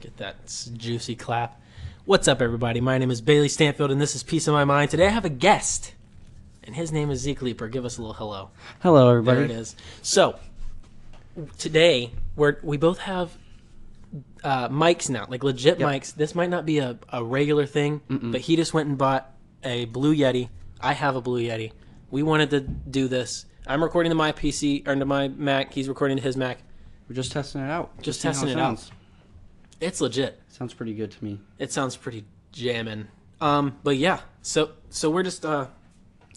Get that s- juicy clap. What's up, everybody? My name is Bailey Stanfield, and this is Peace of My Mind. Today I have a guest, and his name is Zeke Leaper. Give us a little hello. Hello, everybody. There it is. So today we're we both have uh, mics now, like legit mics. This might not be a, a regular thing, but he just went and bought a Blue Yeti. I have a Blue Yeti. We wanted to do this. I'm recording to my PC or to my Mac. He's recording to his Mac. We're just testing it out. Just seeing how testing it out. sounds. It's legit. Sounds pretty good to me. It sounds pretty jamming. Um, but yeah, so so we're just uh,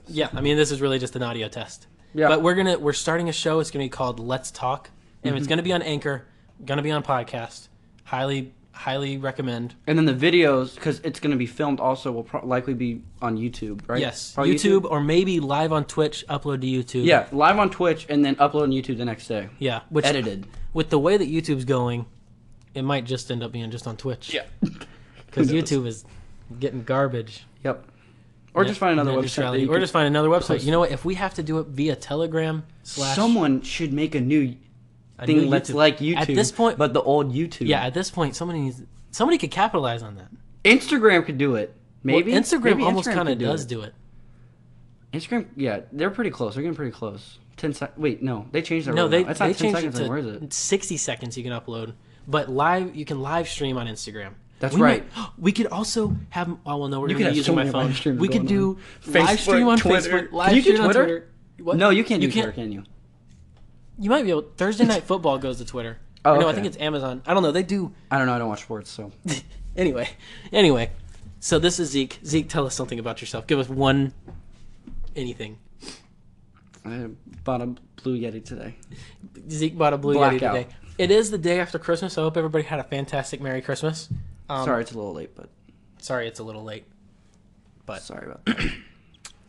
yeah. I mean, this is really just an audio test. Yeah. But we're gonna we're starting a show. It's gonna be called Let's Talk, and Mm-hmm. it's gonna be on Anchor, gonna be on podcast. Highly highly recommend. And then the videos, because it's going to be filmed, also will pro- likely be on YouTube, right? Yes, Probably YouTube, or maybe live on Twitch. Upload to YouTube. Yeah, live on Twitch and then upload on YouTube the next day. yeah. Which Edited. with the way that YouTube's going, it might just end up being just on Twitch. Because Who knows? YouTube is getting garbage. Yep. Or just find another And then website. that try- you or can- just find another website. post. You know what? If we have to do it via Telegram slash Someone should make a new a thing new that's YouTube- like YouTube. At this point, But the old YouTube. yeah, at this point, somebody needs somebody could capitalize on that. Instagram could do it. Maybe. Well, Instagram Maybe almost kind of could do does it. do it. Instagram, yeah, they're pretty close. They're getting pretty close. 10 sec Wait, no. They changed their No, rule they now. It's they not 10 changed seconds it to anymore, is it? 60 seconds you can upload, but live you can live stream on Instagram. That's We might- right. we could also have. Oh well, no, we're You gonna be could have using so my many live phone. streams We could going do on. live stream Facebook, on Twitter. Facebook, Can live you do stream on Twitter? Twitter. What? No, you can't You do Twitter, can't- can you? You might be able. Thursday night football goes to Twitter. Oh, no, I okay. think it's Amazon. I don't know. They do. I don't know. I don't watch sports, so. Anyway, anyway, so this is Zeke. Zeke, tell us something about yourself. Give us one, anything. I bought a blue Yeti today. Zeke bought a blue Blackout. Yeti today. It is the day after Christmas. I hope everybody had a fantastic Merry Christmas. Um, sorry, it's a little late, but sorry, it's a little late. But- sorry about that.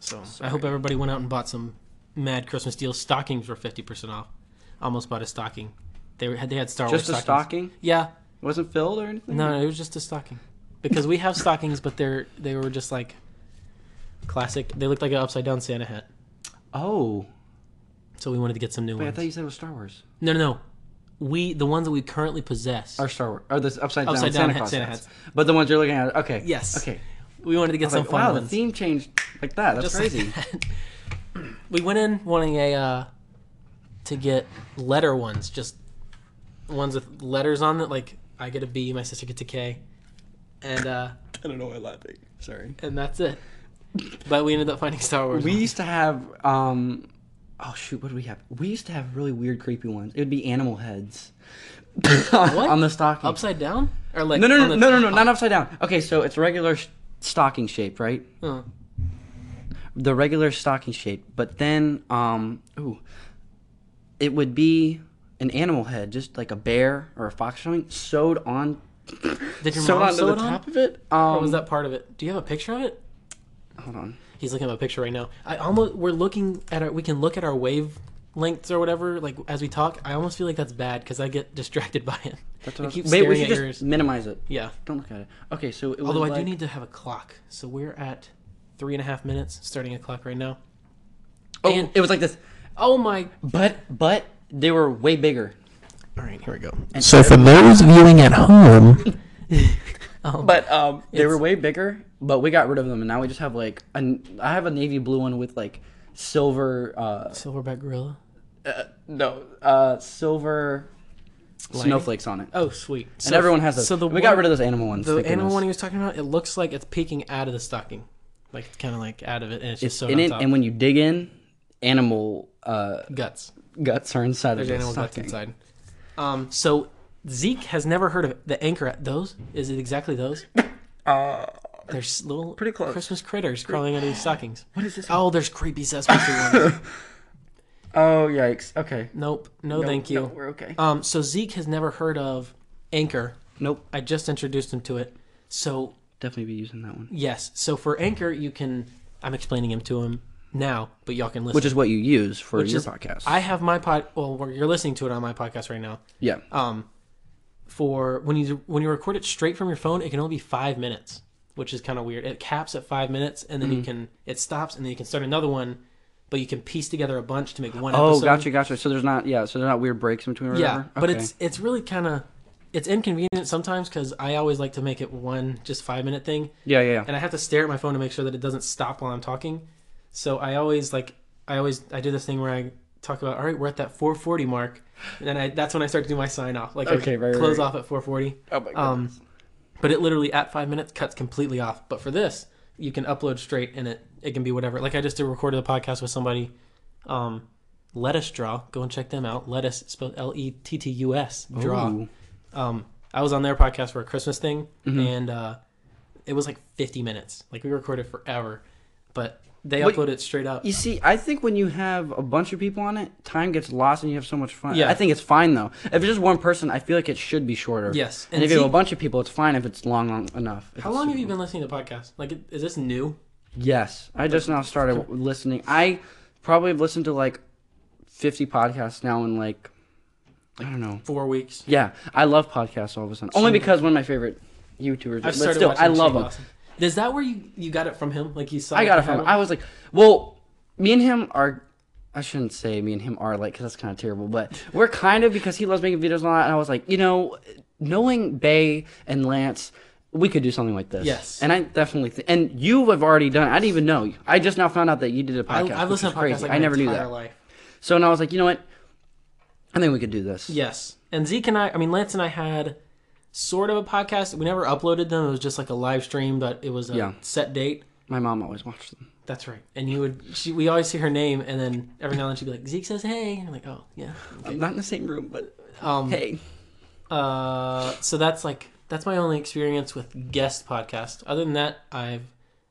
So I hope everybody went out and bought some mad Christmas deals. Stockings were fifty percent off. I Almost bought a stocking. They were, had they had Star Just a Wars stockings. stocking? Yeah, Wasn't filled or anything? no, no, it was just a stocking because we have stockings, but they're they were just like classic. They looked like an upside down Santa hat. Oh. So we wanted to get some new Wait, I ones. thought you said it was Star Wars. No, no, no. We the ones that we currently possess. Or Star Wars. Or this upside, Upside down down, Santa hat- Claus Santa hats. But the ones you're looking at, okay. Yes. Okay. we wanted to get I was some like, fun wow, the ones. theme changed like that. That's Just like crazy. that. we went in wanting a uh, to get letter ones, just ones with letters on it. Like I get a B, my sister gets a K, and uh, I don't know why I'm laughing. Sorry. and that's it. But we ended up finding Star Wars. We ones. used to have, um, oh shoot, what do we have? We used to have really weird, creepy ones. It would be animal heads. on the stocking. upside down or like No, no, on no, the no, no, no, top? not upside down. Okay, so it's regular sh- stocking shape, right? Uh, The regular stocking shape, but then, um, ooh, it would be an animal head, just like a bear or a fox or something, sewed on, Did your sewed mom onto sew the it on? top of it. Um, Or was that part of it? Do you have a picture of it? Hold on. He's looking at a picture right now. I almost we're looking at our we can look at our wavelengths or whatever like as we talk. I almost feel like that's bad because I get distracted by it. That's I what I keep was- Maybe we staring should at just yours. minimize it. Yeah. Don't look at it. Okay, so it was Although I do like- need to have a clock, so we're at three and a half minutes. Starting a clock right now. Oh, and- it was like this. Oh my! But but they were way bigger. All right, here we go. So for those viewing at home, But um, they were way bigger. But we got rid of them, and now we just have like an, I have a navy blue one with like silver. Uh, Silverback gorilla. no, uh, silver snowflakes on it, Oh sweet! So, and everyone has those. So the we got rid of those animal ones. the thank animal goodness. one he was talking about. It looks like it's peeking out of the stocking, like it's kind of like out of it, and it's just so And, on it, top. and when you dig in, animal uh, guts. guts are inside There's of the animal guts stocking. inside. Um, so Zeke has never heard of the anchor. Those is it exactly those? there's little pretty Uh, close. Christmas critters crawling out of these stockings. What is this Oh, there's creepy suspect ones. Oh yikes! Okay. Nope, no, thank No, you. we're okay. Um, so Zeke has never heard of anchor. nope. I just introduced him to it. So Definitely be using that one. yes, so for anchor, you can. I'm explaining him to him now, but y'all can listen. Which is what you use for your is- podcast. I have my pod. Well, we're- you're listening to it on my podcast right now. yeah. um, for when you when you record it straight from your phone, it can only be five minutes, which is kind of weird. It caps at five minutes, and then Mm. you can it stops, and then you can start another one, but you can piece together a bunch to make one Oh, episode. gotcha, gotcha. So there's not, yeah. So there's not weird breaks in between. Or Yeah, whatever? but Okay. it's it's really kind of it's inconvenient sometimes because I always like to make it one just five minute thing, Yeah, yeah, yeah. and I have to stare at my phone to make sure that it doesn't stop while I'm talking. So I always like I always I do this thing where I talk about all right we're at that 440 mark, and then I that's when I start to do my sign off. Like Okay, I right, right, close right. off at 440. Oh my god. Um, but it literally at five minutes cuts completely off. But for this, you can upload straight, and it it can be whatever. Like I just did recorded a podcast with somebody, um, Lettuce Draw. Go and check them out. Lettuce spelled L E T T U S Draw. Ooh. Um, I was on their podcast for a Christmas thing, and uh, it was like 50 minutes. Like we recorded forever, but they Wait. uploaded it straight up. You see, I think when you have a bunch of people on it, time gets lost and you have so much fun. Yeah. I think it's fine though. If it's just one person, I feel like it should be shorter. Yes, And, and if you have see- a bunch of people, it's fine if it's long, long enough. If How it's long have super you been listening to podcasts? Like, is this new? Yes, I just now started listening. I probably have listened to like 50 podcasts now in like I don't know. Four weeks. Yeah, I love podcasts all of a sudden. Only because one of my favorite YouTubers. I've but started still, watching I love Shane them. Dawson. Is that where you, you got it from him? Like you saw? I got it he from. had I was like, well, me and him are. I shouldn't say me and him are like, 'cause that's kind of terrible. But we're kind of because he loves making videos and all that. And I was like, you know, knowing Bay and Lance. We could do something like this. Yes. and I definitely think, and you have already done. it. I didn't even know. I just now found out that you did a podcast. I, I've listened to podcasts crazy. like I my never knew entire that. Life. So and I was like, you know what? I think we could do this. Yes, and Zeke and I. I mean, Lance and I had sort of a podcast. We never uploaded them. It was just like a live stream, but it was a Yeah. set date. My mom always watched them. That's right. And you would. She, we always see her name, and then every now and then she'd be like, "Zeke says hey." And I'm like, "Oh yeah." Okay. Not in the same room, but Um, hey. Uh, so that's like that's my only experience with guest podcast. Other than that, I've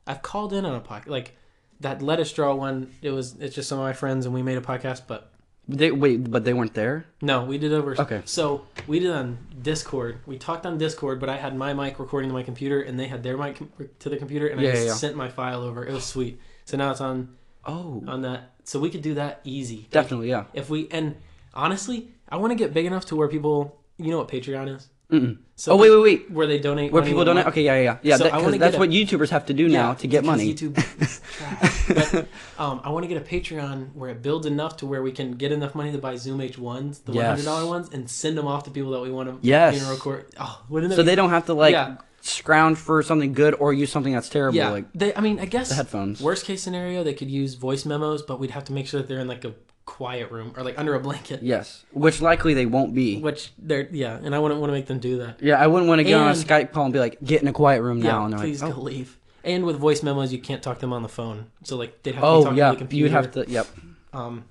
I've called in on a podcast like that lettuce draw one. It was it's just some of my friends and we made a podcast, but They wait, but they weren't there. no, we did over. Okay. so we did on Discord. We talked on Discord, but I had my mic recording to my computer and they had their mic com- to the computer, and Yeah, I just yeah, yeah. sent my file over. It was sweet. So now it's on Oh, on that. So we could do that easy. definitely, yeah. If we and honestly, I want to get big enough to where people, you know what Patreon is. Mm-mm. So Oh wait, wait, wait. where they donate Where money people a donate? month. Okay, yeah, yeah, yeah. yeah So that- I 'cause wanna that's get a- what YouTubers have to do now Yeah, to get because money. YouTube is trash. but, um, I want to get a Patreon where it builds enough to where we can get enough money to buy Zoom H1s, the Yes. $100 ones, and send them off to people that we want to Yes. record. Oh, wouldn't that so be- they don't have to like Yeah. scrounge for something good or use something that's terrible. yeah, Like they, I mean, I guess the headphones. worst case scenario, they could use voice memos, but we'd have to make sure that they're in like a quiet room or like under a blanket, yes, which likely they won't be. which they're, yeah, and I wouldn't want to make them do that. Yeah, I wouldn't want to get on a And- Skype call and be like, "Get in a quiet room now." yeah, and they're please like, "Oh." go leave. And with voice memos, you can't talk to them on the phone. So like they'd have to "Oh, talk yeah, to the computer. you'd have to." Yep. Um,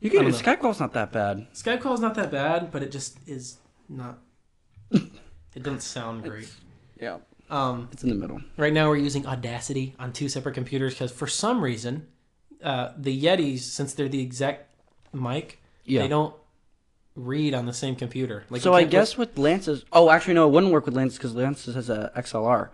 You I can don't know. do Skype calls. Not that bad. Skype call is not that bad, but it just is not. it doesn't sound great. Yeah, Um, it's in the middle. right now, we're using Audacity on two separate computers because for some reason, uh, the Yetis, since they're the exact mic, Yeah. they don't read on the same computer. Like, So you I can't put- guess with Lance's. Oh, actually, no, it wouldn't work with Lance's because Lance has a XLR.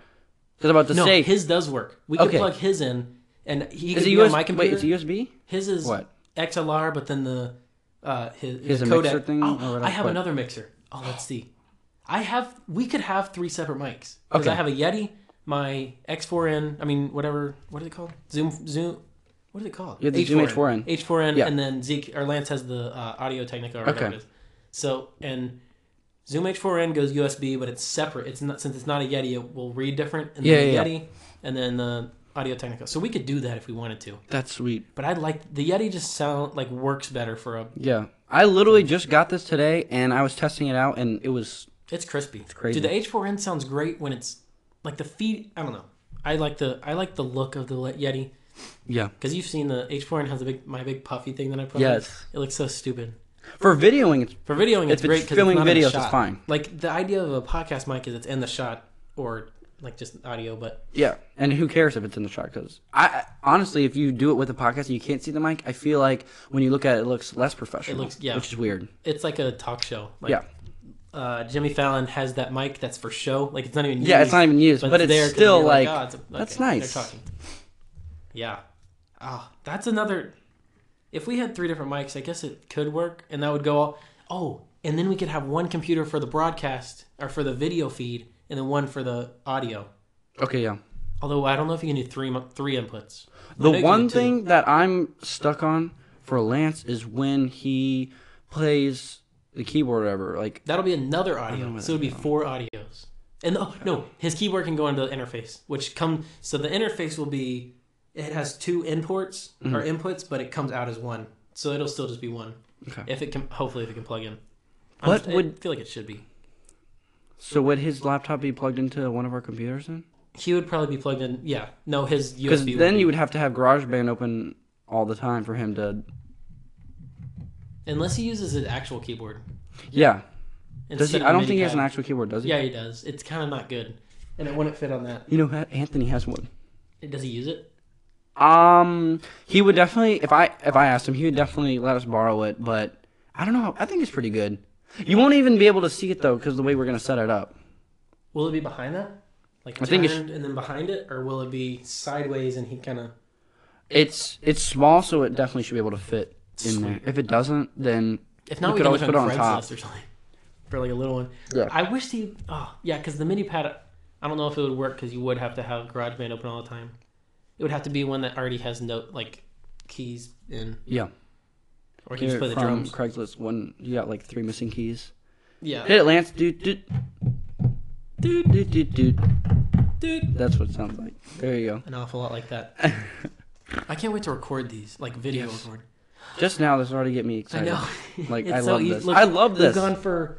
Because about to no, say, his does work. We could Okay. plug his in, and he could is it be USB? on my computer. Wait, is it USB? His is What? XLR, but then the uh, his, Here's his a codec. mixer thing, or oh, whatever, I have but- another mixer. Oh, let's see. I have. We could have three separate mics because Okay. I have a Yeti, my X4n. I mean, whatever. What are they called? Zoom Zoom. What are they called? You have the Zoom H4n. H4n, Yeah. and then Zeke or Lance has the uh, Audio Technica or whatever Okay. it is. So and. Zoom H4n goes USB, but it's separate. It's not since it's not a Yeti, it will read different. And then Yeah, the yeah, Yeti, and then the Audio Technica. So we could do that if we wanted to. That's sweet. But I like the Yeti just sound like works better for a. Yeah, I literally just got this today, and I was testing it out, and it was It's crispy. It's crazy. Dude, the H4n sounds great when it's like the feet. I don't know. I like the I like the look of the Le- Yeti yeah. because you've seen the H4n has a big my big puffy thing that I put. on. Yes. It looks so stupid. For videoing, it's For videoing, it's If it's great because filming it's not in the videos, it's shot. fine. Like the idea of a podcast mic is it's in the shot or like just audio, but yeah. And who cares if it's in the shot? Because I I- honestly, if you do it with a podcast and you can't see the mic, I feel like when you look at it, it looks less professional. looks- yeah. which is weird. it's like a talk show. Like, yeah, Uh, Jimmy Fallon has that mic that's for show. Like it's not even. yeah. It's not even used, but, it's, there 'cause still you're like, "Ah, it's a- that's okay, nice. They're talking. Yeah. Ah, that's another. If we had three different mics, I guess it could work, and that would go all. Oh, and then we could have one computer for the broadcast or for the video feed, and then one for the audio. Okay, yeah. Although I don't know if you can do three mi- three inputs. I know you The can one do two. thing that I'm stuck on for Lance is when he plays the keyboard or whatever. Like That'll be another audio. So it'll be four audios. And oh no, his keyboard can go into the interface, which come so the interface will be it has two imports or Mm-hmm. inputs, but it comes out as one. So it'll still just be one. Okay. If it can hopefully if it can plug in. I'm What just- I would- feel like it should be. so would his laptop be plugged into one of our computers then? He would probably be plugged in yeah. No, his USB Because would then be- you would have to have GarageBand open all the time for him to. unless he uses an actual keyboard. Yeah. Does instead he? of I a don't MIDI think he has an pad. actual keyboard, does he? Yeah, he does. It's kinda not good. And it wouldn't fit on that. You know, Ha- Anthony has one. Does he use it? Um, he would definitely if I if I asked him, he would definitely let us borrow it. But I don't know. I think it's pretty good. You won't even be able to see it though, because the way we're gonna set it up. Will it be behind that? Like I think it's- turned and then behind it, or will it be sideways and he kind of? It's it's small, so it definitely should be able to fit in there. If it doesn't, then If not, You we could could always always put it on Craigslist top. or something for like a little one. Yeah. I wish the oh yeah, because the mini pad. I don't know if it would work because you would have to have GarageBand open all the time. It would have to be one that already has note like keys in, yeah. or you just play the from drums. Craigslist, one you got like three missing keys. Yeah, Hit it, Lance. Doot doot doot doot doot. doot. dude, That's what it sounds like. There you go. an awful lot like that. I can't wait to record these like video Yes. record. Just now, this already get me I excited. know. Like, It's I love easy. this. I love this. We've gone for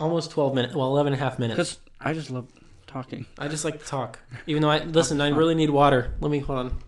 almost twelve minutes. Well, 11 and a half minutes. Cause I just love talking. I just like to talk, even though I listen. I really need water. Let me hold on.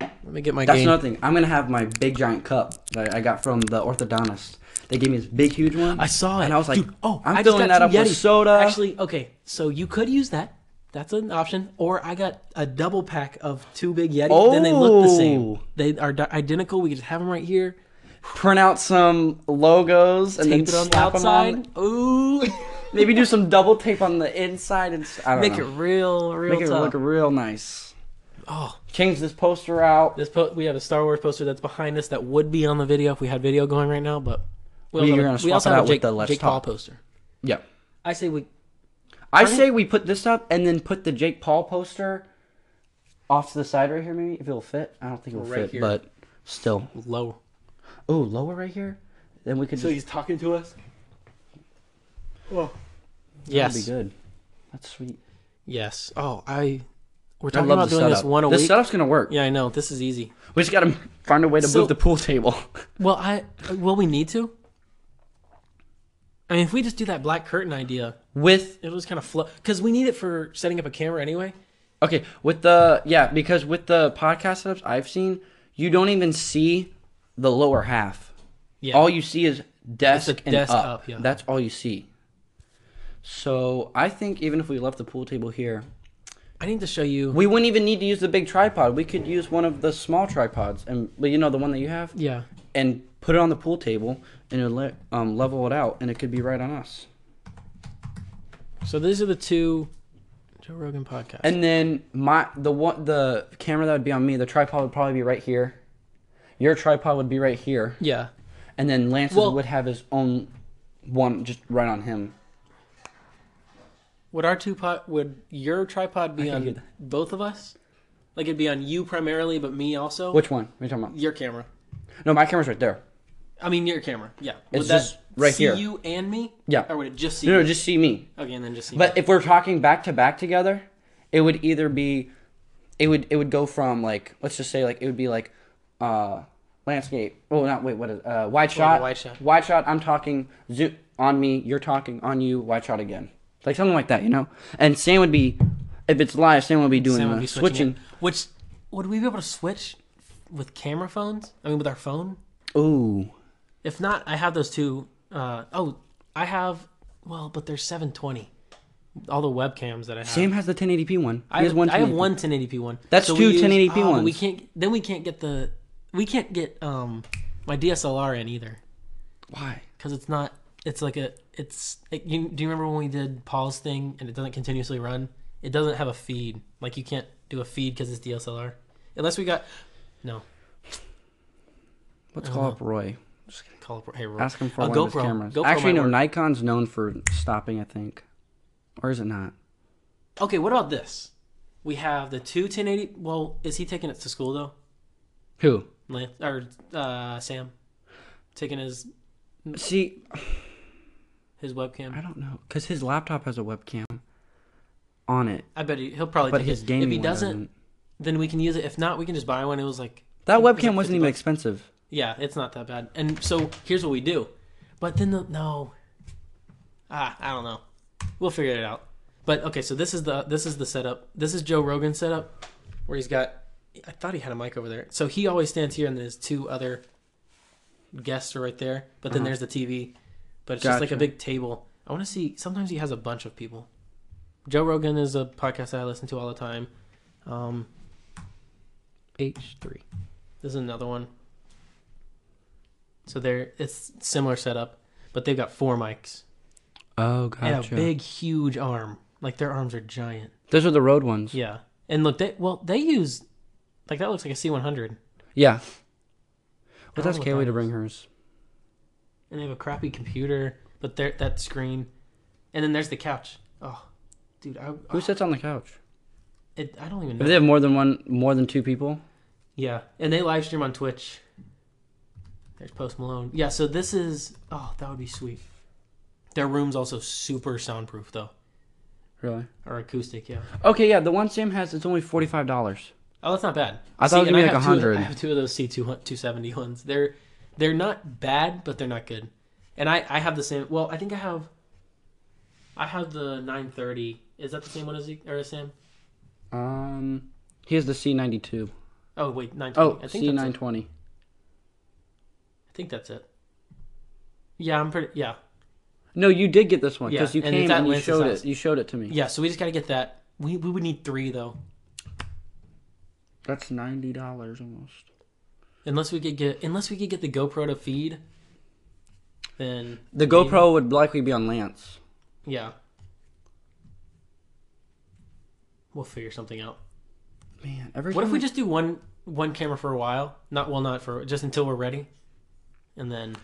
Let me get my That's game. another thing. I'm gonna have my big giant cup that I got from the orthodontist. They gave me this big huge one. I saw it. and I was like, Dude, "Oh, I I'm just got filling that up two with Yetis." soda." Actually, okay, so you could use that. That's an option. Or I got a double pack of two big Yeti. Then they look the same. Oh. They are di- identical. We just have them right here. print out some logos and Tape then it on the slap 'em on. outside. Ooh, Maybe do some double tape on the inside and s- I don't make it know. real, real make it tough. look real nice. oh, Change this poster out. this po- we have a Star Wars poster that's behind us that would be on the video if we had video going right now, but we Well, also, you're have- gonna we swap also it have out a with Jake, the Let's Jake Paul Talk. poster. Yeah. I say we I say we put this up and then put the Jake Paul poster off to the side right here, maybe if it'll fit. I don't think it'll Right fit, here. but still. low. Oh, lower right here. Then we could just talking to us. Well, that'd be yes. good. That's sweet. Yes. Oh, I. We're I talking love about the doing setup. this one a this week. setup's gonna work. Yeah, I know. This is easy. We just gotta find a way to So- move the pool table. Well, I will we need to. I mean, if we just do that black curtain idea, with it'll just kind of flow because we need it for setting up a camera anyway. okay, with the yeah, because with the podcast setups I've seen, you don't even see the lower half. Yeah. All you see is desk It's a and desk up. up, yeah. That's all you see. So I think even if we left the pool table here, I need to show you. we wouldn't even need to use the big tripod. We could use one of the small tripods, and but you know the one that you have. Yeah. and put it on the pool table and it'll le- um, level it out and it could be right on us. So these are the two Joe Rogan podcast. And then my the one the camera that would be on me, the tripod would probably be right here. Your tripod would be right here. yeah. And then Lance's Well- would have his own one just right on him. Would our two pot? Would your tripod be can hear on that. both of us? Like it'd be on you primarily, but me also. Which one? What are you talking about? your camera? No, my camera's right there. I mean, your camera. Yeah. It's just right see here. you and me? Yeah. Or would it just see No, no, you? just see me. okay, and then just see But me. if we're talking back to back together, it would either be, it would it would go from like let's just say like it would be like, uh, landscape. Oh, not wait, what is uh wide shot? wide shot. Wide shot. I'm talking zoom on me. You're talking on you. Wide shot again. Like something like that, you know. And Sam would be, if it's live, Sam would be doing Sam the would be switching. switching. it. Which, would we be able to switch with camera phones? I mean, with our phone? Ooh, If not, I have those two. Uh, oh, I have, well, but they're 720. All the webcams that I have. Sam has the 1080p one. He I has have, one. I have 1080p. one 1080p one. That's we two use- 1080p oh, but We ones. can't, then we can't get the, we can't get um my DSLR in either. Why? because it's not it's like a it's it, you, do you remember when we did paul's thing and it doesn't continuously run it doesn't have a feed like you can't do a feed because it's dslr unless we got no Let's call up Roy. call up hey Roy. Ask him for a one GoPro. of his cameras. GoPro Actually, might no. work. Nikon's known for stopping, I think, or is it not? okay what about this we have the two 1080 well is he taking it to school though Who? Lance, or uh sam taking his See, His webcam. I don't know, cause his laptop has a webcam on it, I bet he, he'll probably. but take his it. gaming If he one doesn't, doesn't. then we can use it. If not, we can just buy one. It was like That it was like webcam 50 wasn't even bucks. expensive. Yeah, it's not that bad. And so here's what we do. But then the no. Ah, I don't know. We'll figure it out. But okay, so this is the this is the setup. This is Joe Rogan's setup, where he's got. I thought he had a mic over there. So he always stands here, and there's two other guests are right there. But then there's the TV. But it's just like a Gotcha. big table. I want to see. Sometimes he has a bunch of people. Joe Rogan is a podcast that I listen to all the time. Um, H three. This is another one. So they're it's similar setup, but they've got four mics Oh, and gotcha. a big, huge arm. Like their arms are giant. Those are the road ones. Yeah, and look, they well they use like that looks like a C one hundred, Yeah. don't But that's know what Kaylee that to is. bring hers. and they have a crappy computer, but they're that screen, and then there's the couch. Oh, dude, I Who sits on the couch? it, I don't even If know. they have more than one, more than two people. Yeah, and they live stream on Twitch. There's Post Malone. Yeah, so this is oh that would be sweet. Their room's also super soundproof though, Really? or acoustic. Yeah. Okay, yeah. The one Sam has it's only forty five dollars. Oh, that's not bad. I thought it was and gonna be I like have two of- 100. I have two of those C two two seventy ones. They're they're not bad, but they're not good. And I I have the same. Well, I think I have. I have the nine thirty. Is that the same one as Zeke or as Sam? Um, he has the C ninety two. Oh wait, nine twenty. Oh, I think C that's nine it. twenty. I think that's it. Yeah, I'm pretty. Yeah, No, you did get this one Yeah, because you and it's came at and you Lance's showed house. it. You showed it to me. yeah. So we just gotta get that. We we would need three though. That's ninety dollars almost. Unless we could get unless we could get the GoPro to feed, then The GoPro would likely be on Lance. yeah. We'll figure something out. Man, every What if time we just do one one camera for a while? Not well, not for just until we're ready, and then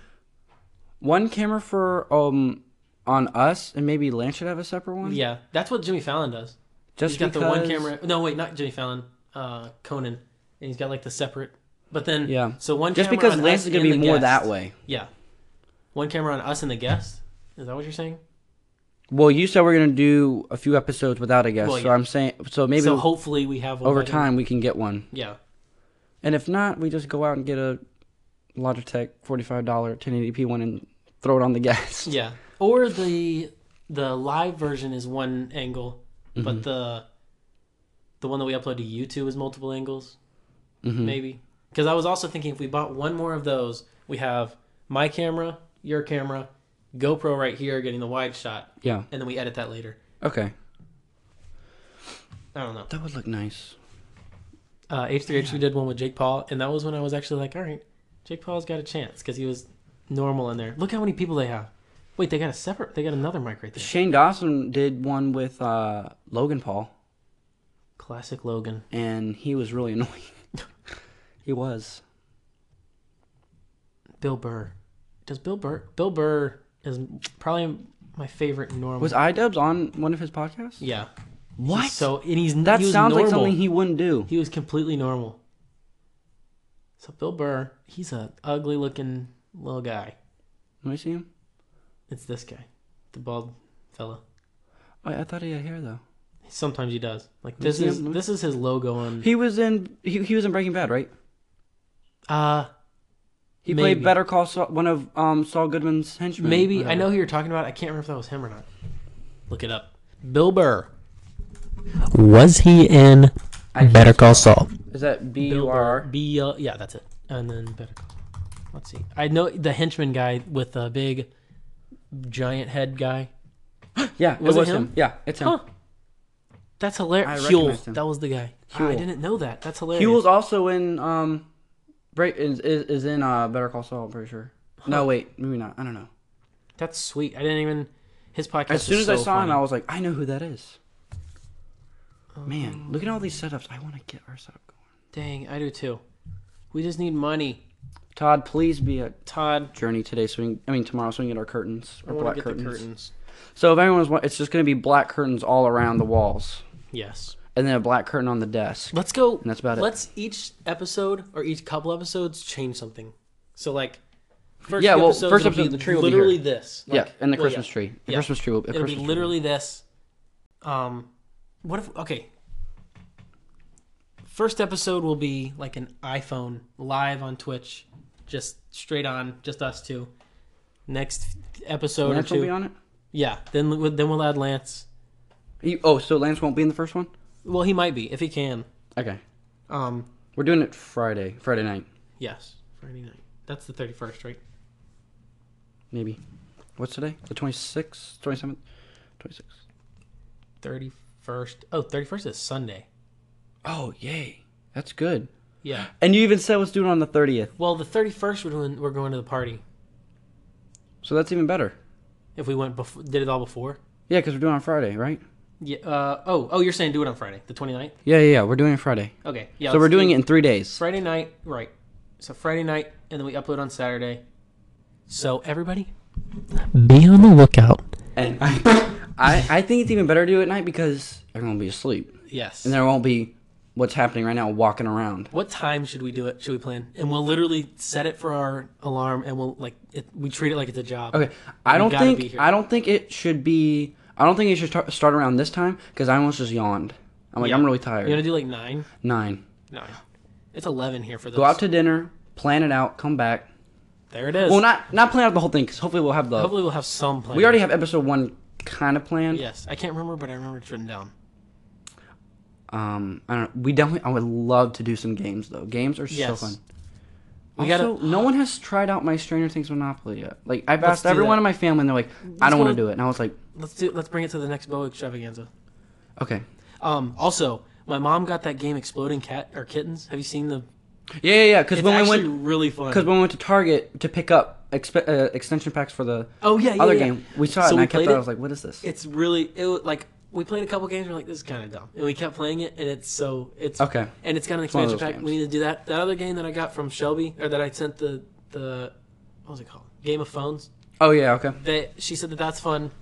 one camera for um on us and maybe Lance should have a separate one. yeah, that's what Jimmy Fallon does. just He's got the one because- camera. No, wait, not Jimmy Fallon. Uh, Conan, and he's got like the separate. But then Yeah. so one Just camera because on Lance us is gonna and be the more guest. that way. Yeah, one camera on us and the guest. Is that what you're saying? Well, you said we're gonna do a few episodes without a guest, Well, so yeah. I'm saying so maybe so hopefully we have one over that- time we can get one, Yeah, and if not, we just go out and get a Logitech forty-five dollar 1080p one and throw it on the gas. yeah. Or the the live version is one angle, but the the one that we upload to YouTube is multiple angles. hmm maybe because i was also thinking if we bought one more of those we have my camera your camera gopro right here getting the wide shot Yeah. and then we edit that later Okay. i don't know That would look nice. uh, h3h2 did one with jake paul and that was when i was actually like all right jake paul's got a chance because he was normal in there look how many people they have wait they got a separate they got another mic right there Shane Dawson did one with uh, Logan Paul, classic logan and he was really annoying. he was. bill burr does bill burr bill burr is probably my favorite normal Was iDubbbz on one of his podcasts? yeah What? so and he's that he was sounds like normal. something he wouldn't do. He was completely normal. So Bill Burr, he's a ugly looking little guy. Let me see him. It's this guy, the bald fella. Oh, I thought he had hair though. Sometimes he does. Like this see is him. this is his logo on. He was in he, he was in Breaking Bad, right? Uh He Maybe. played Better Call Saul, one of um, Saul Goodman's henchmen. maybe I whatever. know who you're talking about. I can't remember if that was him or not. Look it up. Bill Burr. Was he in Better Call Saul? Is that B Bill U R Burr. R? B uh, yeah, that's it. And then Better Call. Let's see. I know the henchman guy with the big giant head guy. Yeah, Was it it was him? him? Yeah, it's him. Huh. That's hilarious. I Huel. recognized him. That was the guy. I Huel. didn't know that. That's hilarious. He was also in um, break is is, is in uh Better Call Saul. I'm pretty sure. No, wait, maybe not. I don't know. That's sweet. I didn't even. His podcast. As soon is as I so saw funny. him, I was like, I know who that is. Man, look at all these setups. I want to get our setup going. dang, I do too. We just need money, Todd, please be at Todd. Journey today. So we can, I mean tomorrow, so we can get our curtains I or want black to get curtains. the curtains. So if anyone's, wa- it's just gonna be black curtains all around the walls, Yes. and then a black curtain on the desk. Let's go. And that's about it. Let's each episode or each couple episodes change something. So like, First Yeah, few well, episodes first it'll be episode, the tree will be literally here. this. yeah, Like, and the well, yeah. Christmas tree. The Yeah. Christmas tree. Will, the It'll Christmas be tree. literally this. Um, what if? Okay. First episode will be like an iPhone live on Twitch, just straight on, just us two. Next episode Lance or two, will be on it. yeah. Then we- then we'll add Lance. You- oh, so Lance won't be in the first one. Well, he might be if he can. Okay, Um, we're doing it Friday. Friday night, yes, Friday night. That's the thirty first, right? maybe. What's today? The twenty sixth, twenty seventh, twenty sixth. Thirty first. Oh, 31st is Sunday. Oh, yay! That's good. Yeah. And you even said let's do it on the thirtieth, Well, the thirty first we're doing. We're going to the party. so that's even better. If we went before, did it all before. Yeah, because we're doing it on Friday, right? Yeah. Uh, oh, oh, you're saying do it on Friday, the 29th? Yeah, yeah, yeah. We're doing it Friday. Okay. Yeah. so let's we're doing do it in three days. Friday night, right? So Friday night, and then we upload on Saturday. So everybody, Be on the lookout. And I, I, I think it's even better to do it at night because everyone will be asleep, yes. and there won't be what's happening right now walking around. what time should we do it? Should we plan? And we'll literally set it for our alarm, and we'll like it, we treat it like it's a job. Okay, I don't gotta be think here. I don't think it should be. I don't think it should tar- start around this time because I almost just yawned. I'm like, Yeah. I'm really tired. You gonna do like nine? Nine. Nine. It's eleven here for those. Go out to dinner, plan it out, come back. there it is. Well, not not plan out the whole thing because hopefully we'll have the. Hopefully, we'll have some plan. we already have episode one kind of planned. Yes, I can't remember, but I remember it's written down. Um, I don't. know. We definitely. I would love to do some games though. Games are so Yes. fun. We gotta- also, no one has tried out my Stranger Things Monopoly yet. Like I've Let's asked do that. everyone in my family, and they're like, "I don't go- want to do it," and I was like, Let's do. Let's bring it to the next bow extravaganza. "Okay." Um, also, my mom got that game Exploding Cat or Kittens. Have you seen the? Yeah, yeah, yeah. Because It's when we actually went, really fun. because when we went to Target to pick up exp- uh, extension packs for the Oh, yeah, yeah, other yeah. game, we saw it So and we I kept played it. I it? was like, "What is this?" it's really it was, like we played a couple games. We're like, this is kind of dumb, and we kept playing it, and it's so it's Okay. and it's got an one of expansion those pack. games. We need to do that. That other game that I got from Shelby, or that I sent the the what was it called? Game of Phones. oh yeah, okay, That she said that that's fun.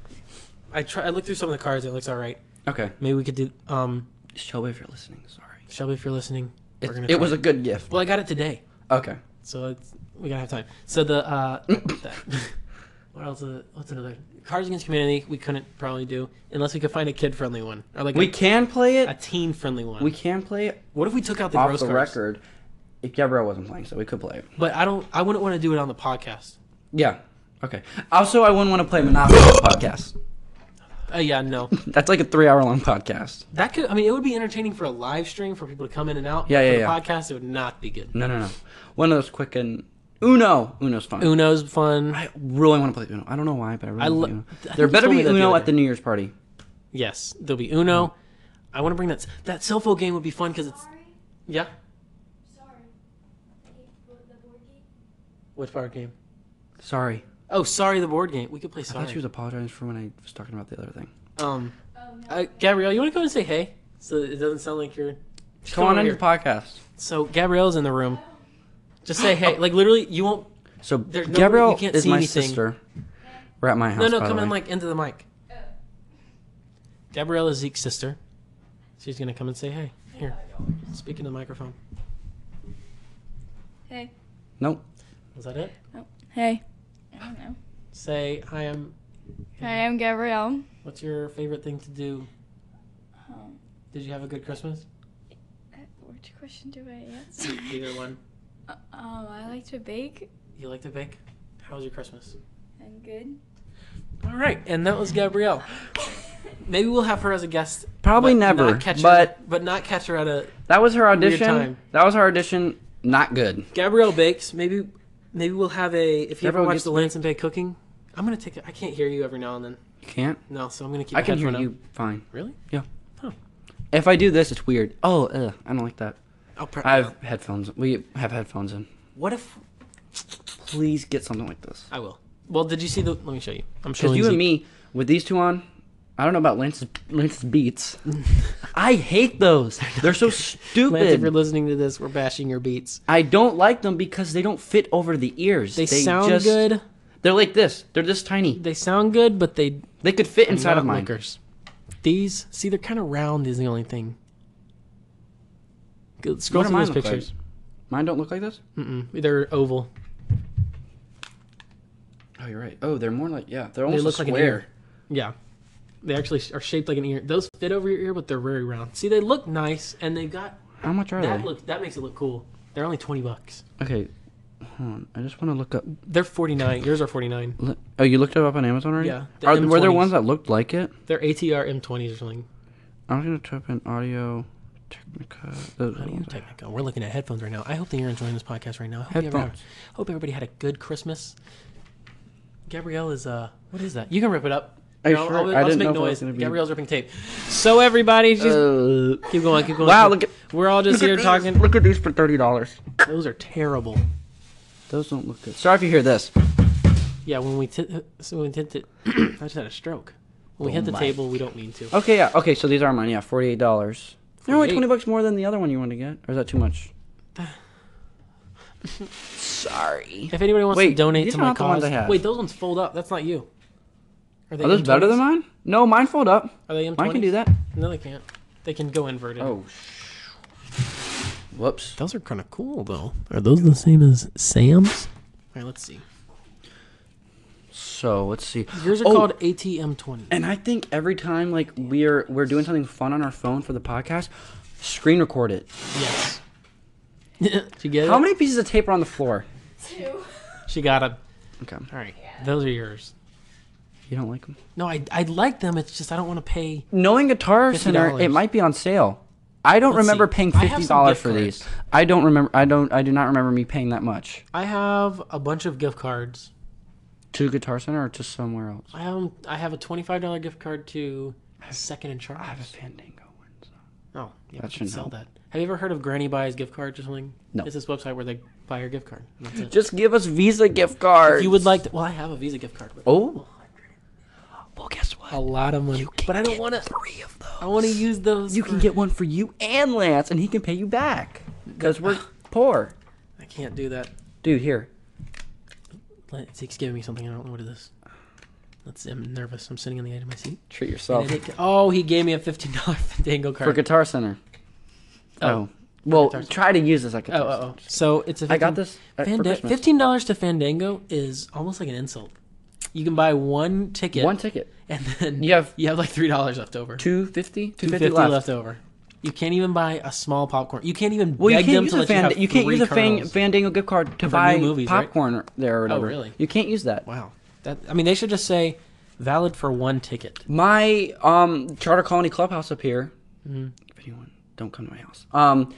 I try. I looked through some of the cards. and It looks all right. okay. Maybe we could do. Um, Shelby, if you're listening, sorry. Shelby, if you're listening, we're It, gonna. it try. was a good gift. Well, I got it today. Okay. So it's, we gotta have time. So the uh, that- what else? Is, what's another? Cards Against Humanity. We couldn't probably do unless we could find a kid friendly one or like We we, can play a, it. teen friendly one. We can play it what if we took out the off gross the cards? record. If Gabriel wasn't playing, so we could play it. But I don't. I wouldn't want to do it on the podcast. Yeah. Okay. Also, I wouldn't want to play Monopoly on the podcast. Uh, yeah, no. That's like a three-hour-long podcast. That could. I mean, it would be entertaining for a live stream for people to come in and out. Yeah, for yeah, the yeah. Podcast, it would not be good. No, no, no. One of those quick and Uno. Uno's fun. Uno's fun. I really want to play Uno. I don't know why, but I really I want lo- I to play Uno. think There you better told me be that the Uno other at the New Year's party. Yes, there'll be Uno. I want to bring that s- that cell phone game would be fun because it's Sorry, yeah. sorry. I hate bo- the board game. Which board game? Sorry. Oh, sorry, the board game. We could play I thought she sorry. was apologizing for when I was talking about the other thing. um. Oh, no. Uh, Gabrielle, you want to go and say hey, so that it doesn't sound like you're. Just Come on over in here. your podcast. So Gabrielle's in the room. Just say hey. Like literally, you won't. So There's nobody- Gabrielle you can't is see my anything. sister. We're at my house. No, no, by the come in way. like into the mic. Gabrielle is Zeke's sister. She's gonna come and say hey. Here, speak into the microphone. Hey. Nope. Is that it? Hey. I don't know. Say hi. I'm. Hi, I'm Gabrielle. What's your favorite thing to do? Um, Did you have a good Christmas? Which question do I answer? E- Either one. Uh, um, I like to bake. You like to bake? How was your Christmas? I'm good. All right, and that was Gabrielle. Maybe we'll have her as a guest. Probably but not never. catch her- But but not catch her at a that was her time. audition. That was her audition. Not good. Gabrielle bakes. Maybe maybe we'll have a. If you ever Gabrielle watch gets the to Lance and Bake cooking, I'm gonna take. A, I can't hear you every now and then. You can't. No, so I'm gonna keep. I a can hear headphone you up. fine. Really? If I do this, it's weird. Oh, ugh, I don't like that. I'll pre- I have headphones. We have headphones in. What if Please get something like this. I will? Well, did you see the? Let me show you. I'm Because showing you and Zeke. me, with these two on, I don't know about Lance's, Lance's beats. I hate those. They're so Lance, if you're stupid. listening to this, we're bashing your beats. I don't like them because they don't fit over the ears. They, sound just- good. They're like this. They're this tiny. They sound good, but they They could fit inside not of mine. lickers. These, see, they're kind of round. Is the only thing. Go- Scroll through Mm, What do those mine look like? pictures. Mine don't look like this. Mm-mm. They're oval. Oh, you're right. Oh, they're more like yeah, they're almost look like an square. ear. Yeah. They actually sh- are shaped like an ear. Those fit over your ear, but they're very round. See, they look nice, and they've got How much are that they? look. That makes it look cool. They're only twenty bucks. okay, hold on. I just want to look up. They're forty nine. Yours are forty nine. li- Oh, you looked it up on Amazon already? Yeah, the Are, were there M20s. ones that looked like it? They're ATR M twenties or something. I'm gonna type in Audio Technica. Those are the Audio ones I- Technica. We're looking at headphones right now. I hope that you're enjoying this podcast right now. I hope, you ever- Headphones. hope everybody had a good Christmas. Gabrielle is uh, what is that? You can rip it up. Are you No, sure? I'll, I'll I just didn't make know if it was noise. gonna be- Gabrielle's ripping tape. So everybody, she's Uh, keep going, keep going. Wow, keep- look at- we're all just look at here these. talking. Look at these for thirty dollars. Those are terrible. Those don't look good. Sorry if you hear this. Yeah, when we t- so when we hit it, I just had a stroke. When we hit the Oh my. table, we don't mean to. Okay, yeah. Okay, so these are mine. Yeah, forty-eight dollars. They're only 48. twenty bucks more than the other one you wanted to get, or is that too much? Sorry. If anybody wants to Wait, donate these to are my not the ones cause, I have. wait, those ones fold up. That's not you. they Are those better than M20s? mine? No, mine fold up. Are they M20s? Mine can do that. No, they can't. They can go inverted. Oh. Whoops. Those are kind of cool, though. All Are those the same as Sam's? right, let's see. So let's see. Yours are Oh, called ATM 20. And I think every time like we're we're doing something fun on our phone for the podcast, screen record it. Yes. Did you get How it? many pieces of tape are on the floor? Two. She got them. Okay. All right. Those are yours. You don't like them. No, I, I like them. It's just I don't want to pay. Knowing Guitar Center, $50. it might be on sale. I don't Let's remember see. paying I have some fifty dollars gift for these. cards. I don't remember. I don't. I do not remember me paying that much I have a bunch of gift cards. to Guitar Center or to somewhere else. I have I have a twenty five dollar gift card to Second and I have a Charles. Fandango one. so- Oh, yeah, That we can should sell help. that. Have you ever heard of Granny Buys gift cards or something? No. It's this website where they buy your gift card. That's it. Just give us Visa gift cards. If you would like to, well, I have a Visa gift card. But Oh. Well, guess what? a lot of money, but I don't want to. Three of those. I want to use those. You can for- get one for you and Lance, and he can pay you back because we're poor. I can't do that. Dude, here. Let- It's giving me something. I don't know what it is. Let's. I'm nervous. I'm sitting on the edge of my seat. Treat And yourself. it- oh, he gave me a fifteen dollar Fandango For card. Guitar Center. Oh. Oh. Well, Guitar Center. try to use this like Oh, Guitar oh, oh. So it's a. 15, I got this uh, for Fanda- Christmas. fifteen dollars to Fandango is almost like an insult. You can buy one ticket, One ticket. and then You have you have like three dollars left over. 250 Two 250 fifty left. left. over. You can't even buy a small popcorn. You can't even Well, you beg can't, them use to a let you fan, have you, can't three use a fan, kernels. Fandango gift card to new buy movies, right? Oh, popcorn or- there or whatever. really? You can't use that. Wow, that I mean, they should just say valid for one ticket. My um charter colony clubhouse up here. Mm-hmm. If anyone don't come to my house. Um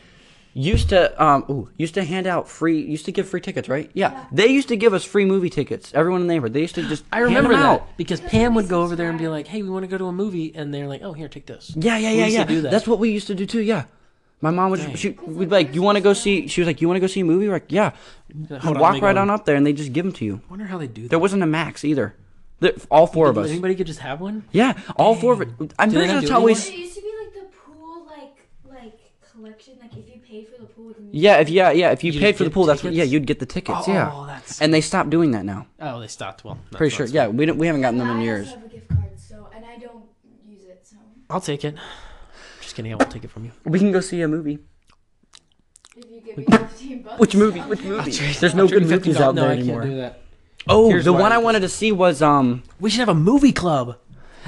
used to um ooh, used to hand out free used to give free tickets, right? Yeah. They used to give us free movie tickets. Everyone in the neighborhood. They used to just I hand remember them that out. because Pam would go over there and be like, "Hey, we want to go to a movie," and they're like, "Oh, here, take this." Yeah, yeah, We yeah, used to yeah. do that. That's what we used to do too. Yeah. My mom would Dang. she would be like, "You want to go see?" She was like, "You want to go see a movie?" We're like, yeah. Hold You on, let walk me right go. on up there, and they just give them to you. I wonder how they do There that. wasn't a max either. The- all four of us. Anybody could just have one. Yeah, all four of it. I'm Do they pretty not sure do that's how we. anymore? s- There used to be like the pool, like like collection. Like if you paid for the pool, then you Yeah, if yeah, yeah, if you, You paid just for the get pool, that's what, yeah, tickets? you'd get the tickets. Oh, yeah, that's- and they stopped doing that now. Oh, they stopped. Well, that's Pretty not sure. smart. Yeah, we don't, we haven't gotten them I in also years. have a gift card, so and I don't use it. So I'll take it. Just kidding. I won't take it from you. We can go see a movie. if you give me fifteen bucks, Which movie? Which movie? There's no good movies out there anymore. that. Oh, Here's the why one I I just- wanted to see was um. We should have a movie club.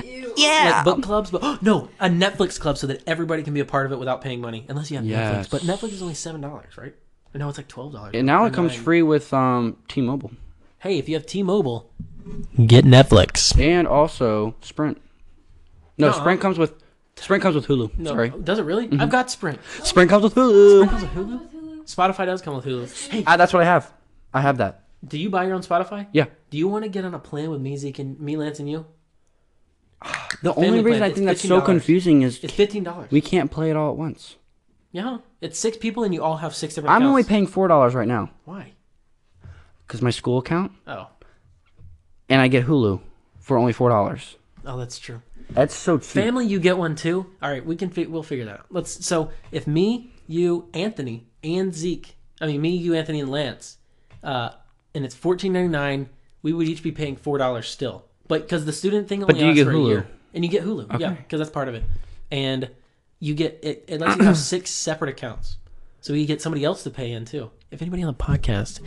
Ew. Like book clubs, but no, a Netflix club so that everybody can be a part of it without paying money, unless you have Yes. Netflix. But Netflix is only seven dollars, right? Or No, it's like twelve dollars. And now it comes free with um T-Mobile Hey, if you have T-Mobile, Get Netflix. and also Sprint. No, No, Sprint comes with Sprint comes with Hulu. no, Sorry, does it really? Mm-hmm. I've got Sprint. Sprint comes with Hulu. Comes with Hulu. With Hulu. Spotify does come with Hulu. Hey, Ah, that's what I have. I have that. do you buy your own Spotify? Yeah. Do you want to get on a plan with me, Zeke, and me, Lance, and you? The Family only reason plan, I it's think that's so $15. confusing is It's fifteen dollars. we can't play it all at once. Yeah, it's six people, and you all have six different. I'm only accounts. paying four dollars right now Why? because my school account, Oh, and I get Hulu for only four dollars. oh, that's true. That's so cheap. Family, you get one too. All right, we can fi- we'll figure that out. Let's. So if me, you, Anthony, and Zeke, I mean me, you, Anthony, and Lance, uh, and it's fourteen ninety nine, we would each be paying four dollars still, but because the student thing only do you lasts get for a Hulu? year, and you get Hulu, Yeah, 'cause yeah, because that's part of it, and you get it, it lets you have six separate accounts, so you get somebody else to pay in too. If anybody on the podcast,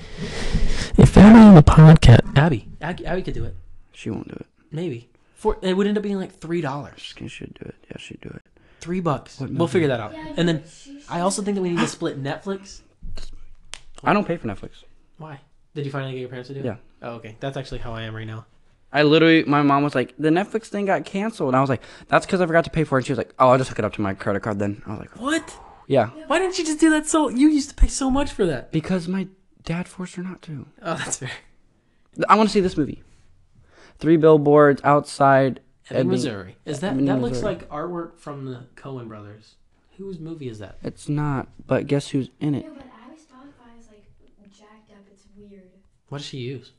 If anybody on the podcast, Abby. Abby, Abby could do it. She won't do it. Maybe. For, it would end up being like three dollars, She should do it. Yeah, she'd do it. three bucks. We'll figure that out. Yeah, and then she should- I also think that we need to split Netflix. I don't pay for Netflix. Why? Did you finally get your parents to do it? Yeah. Oh, okay. That's actually how I am right now. I literally, my mom was like, the Netflix thing got canceled. And I was like, that's because I forgot to pay for it. And she was like, oh, I'll just hook it up to my credit card then. I was like, "Oh, What? yeah. Why didn't you just do that? So you used to pay so much for that. Because my dad forced her not to. Oh, that's fair. I want to see this movie. Three billboards outside Ebbing, Ebbing- Missouri. Is that Ebbing, that looks Missouri. like artwork from the Cohen brothers? Whose movie is that? It's not, but guess who's in it? No, but I was Spotify is like jacked up. It's weird. What does she use?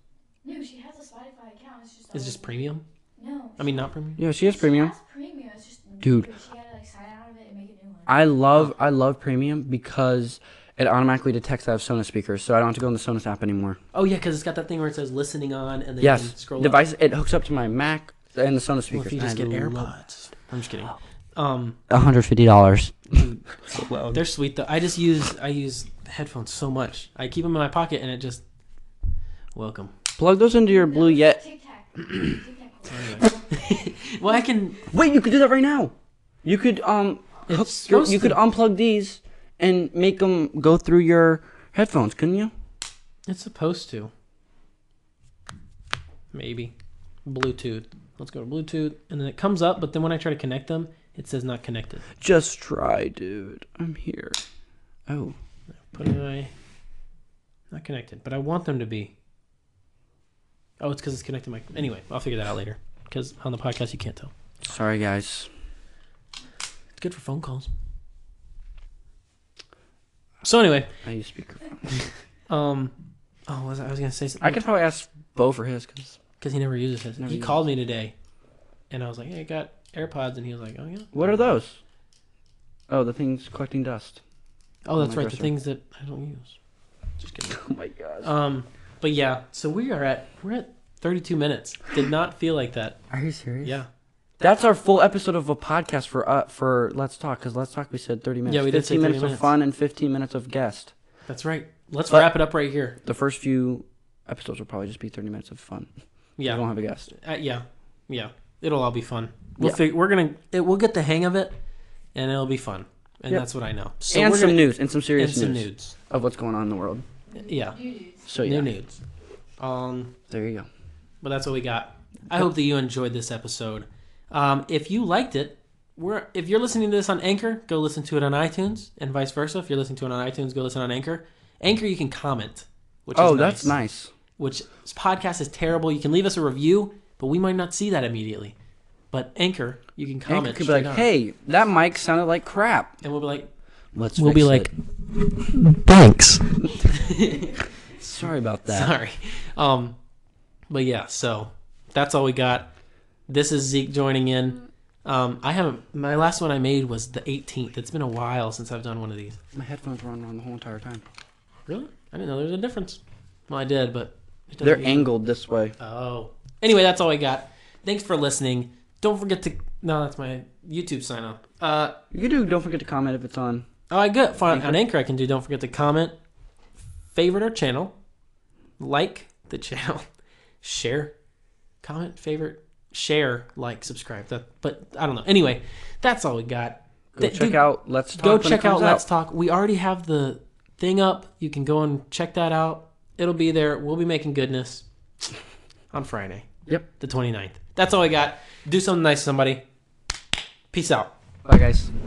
No, she has a Spotify account. It's just. Is it all- just premium? No. I mean, not premium. Yeah, she has premium. She has premium. It's just. Dude. weird. She had to like sign out of it and make a new one. I love I love premium because it automatically detects I have Sonos speakers, so I don't have to go in the Sonos app anymore. Oh yeah, because it's got that thing where it says listening on, and then you can Yes, scroll device it hooks up to my Mac and the Up. Sonos Well, speakers. if you just I get love- AirPods. I'm just kidding. Um, One hundred fifty dollars. they're sweet though. I just use I use headphones so much. I keep them in my pocket, and it just welcome. Plug those into your Blue Yet. Tic Tac. Tic Tac. Well, I can. Wait, you could do that right now. You could um It's hook your, supposed you could to. unplug these and make them go through your headphones, couldn't you? It's supposed to. Maybe. Bluetooth. Let's go to Bluetooth, and then it comes up, but then when I try to connect them, it says not connected. Just try, dude. I'm here. Oh. Put it away. Not connected, but I want them to be. Oh, it's because it's connected. My anyway, I'll figure that out later. Because on the podcast you can't tell. Sorry guys. It's good for phone calls. So anyway, I use speakerphone. um, oh, was I, I was gonna say I something could probably ask Bo for his because because he never uses his. he uses called me today, and I was like, "Hey, I got AirPods," and he was like, "Oh yeah." what are those? Oh, the things collecting dust. Oh, that's my right. The dresser. things that I don't use. Just kidding. Oh my gosh. Um, but yeah. So we are at we're at 32 minutes. Did not feel like that. Are you serious? Yeah. That's our full episode of a podcast for uh for Let's Talk because Let's Talk we said thirty minutes. Yeah, we did say 15 30 minutes minutes. of fun and fifteen minutes of guest. That's right. Let's But- wrap it up right here. The first few episodes will probably just be thirty minutes of fun. Yeah. We won't have a guest. Uh, yeah, yeah. It'll all be fun. We'll Yeah. fig- we're gonna it, we'll get the hang of it, and it'll be fun. And Yep. that's what I know. So and we're some gonna- news and some and serious some news, nudes. of what's going on in the world. Yeah, So new yeah, nudes. Um, there you go. but that's what we got. I hope that you enjoyed this episode. Um, if you liked it, we're if you're listening to this on Anchor, go listen to it on iTunes, and vice versa. If you're listening to it on iTunes, go listen on Anchor. Anchor, you can comment. Which Oh, is that's nice. which this podcast is terrible. You can leave us a review, but we might not see that immediately. But Anchor, you can comment. Anchor could be like, straight on. hey, that mic sounded like crap. and we'll be like, Let's we'll be fix like, it. Thanks. sorry about that. sorry. Um, but yeah, so that's all we got. This is Zeke joining in. Um, I haven't. My last one I made was the 18th. It's been a while since I've done one of these. My headphones were on wrong the whole entire time. Really? I didn't know there was a difference. Well, I did, but it doesn't They're usually- angled this way. Oh. Anyway, that's all I got. Thanks for listening. Don't forget to. No, that's my YouTube sign up. Uh, You do. Don't forget to comment if it's on. Oh, I good. Fine. On Anchor, I can do. Don't forget to comment, favorite our channel, like the channel, share, comment, favorite, share, like, subscribe. That, but I don't know. Anyway, that's all we got. Go Th- check dude, out. Let's talk. Go when it check out comes Let's Talk. We already have the thing up. You can go and check that out. It'll be there. We'll be making goodness on Friday. Yep. The 29th. That's all I got. Do something nice to somebody. Peace out. Bye, guys.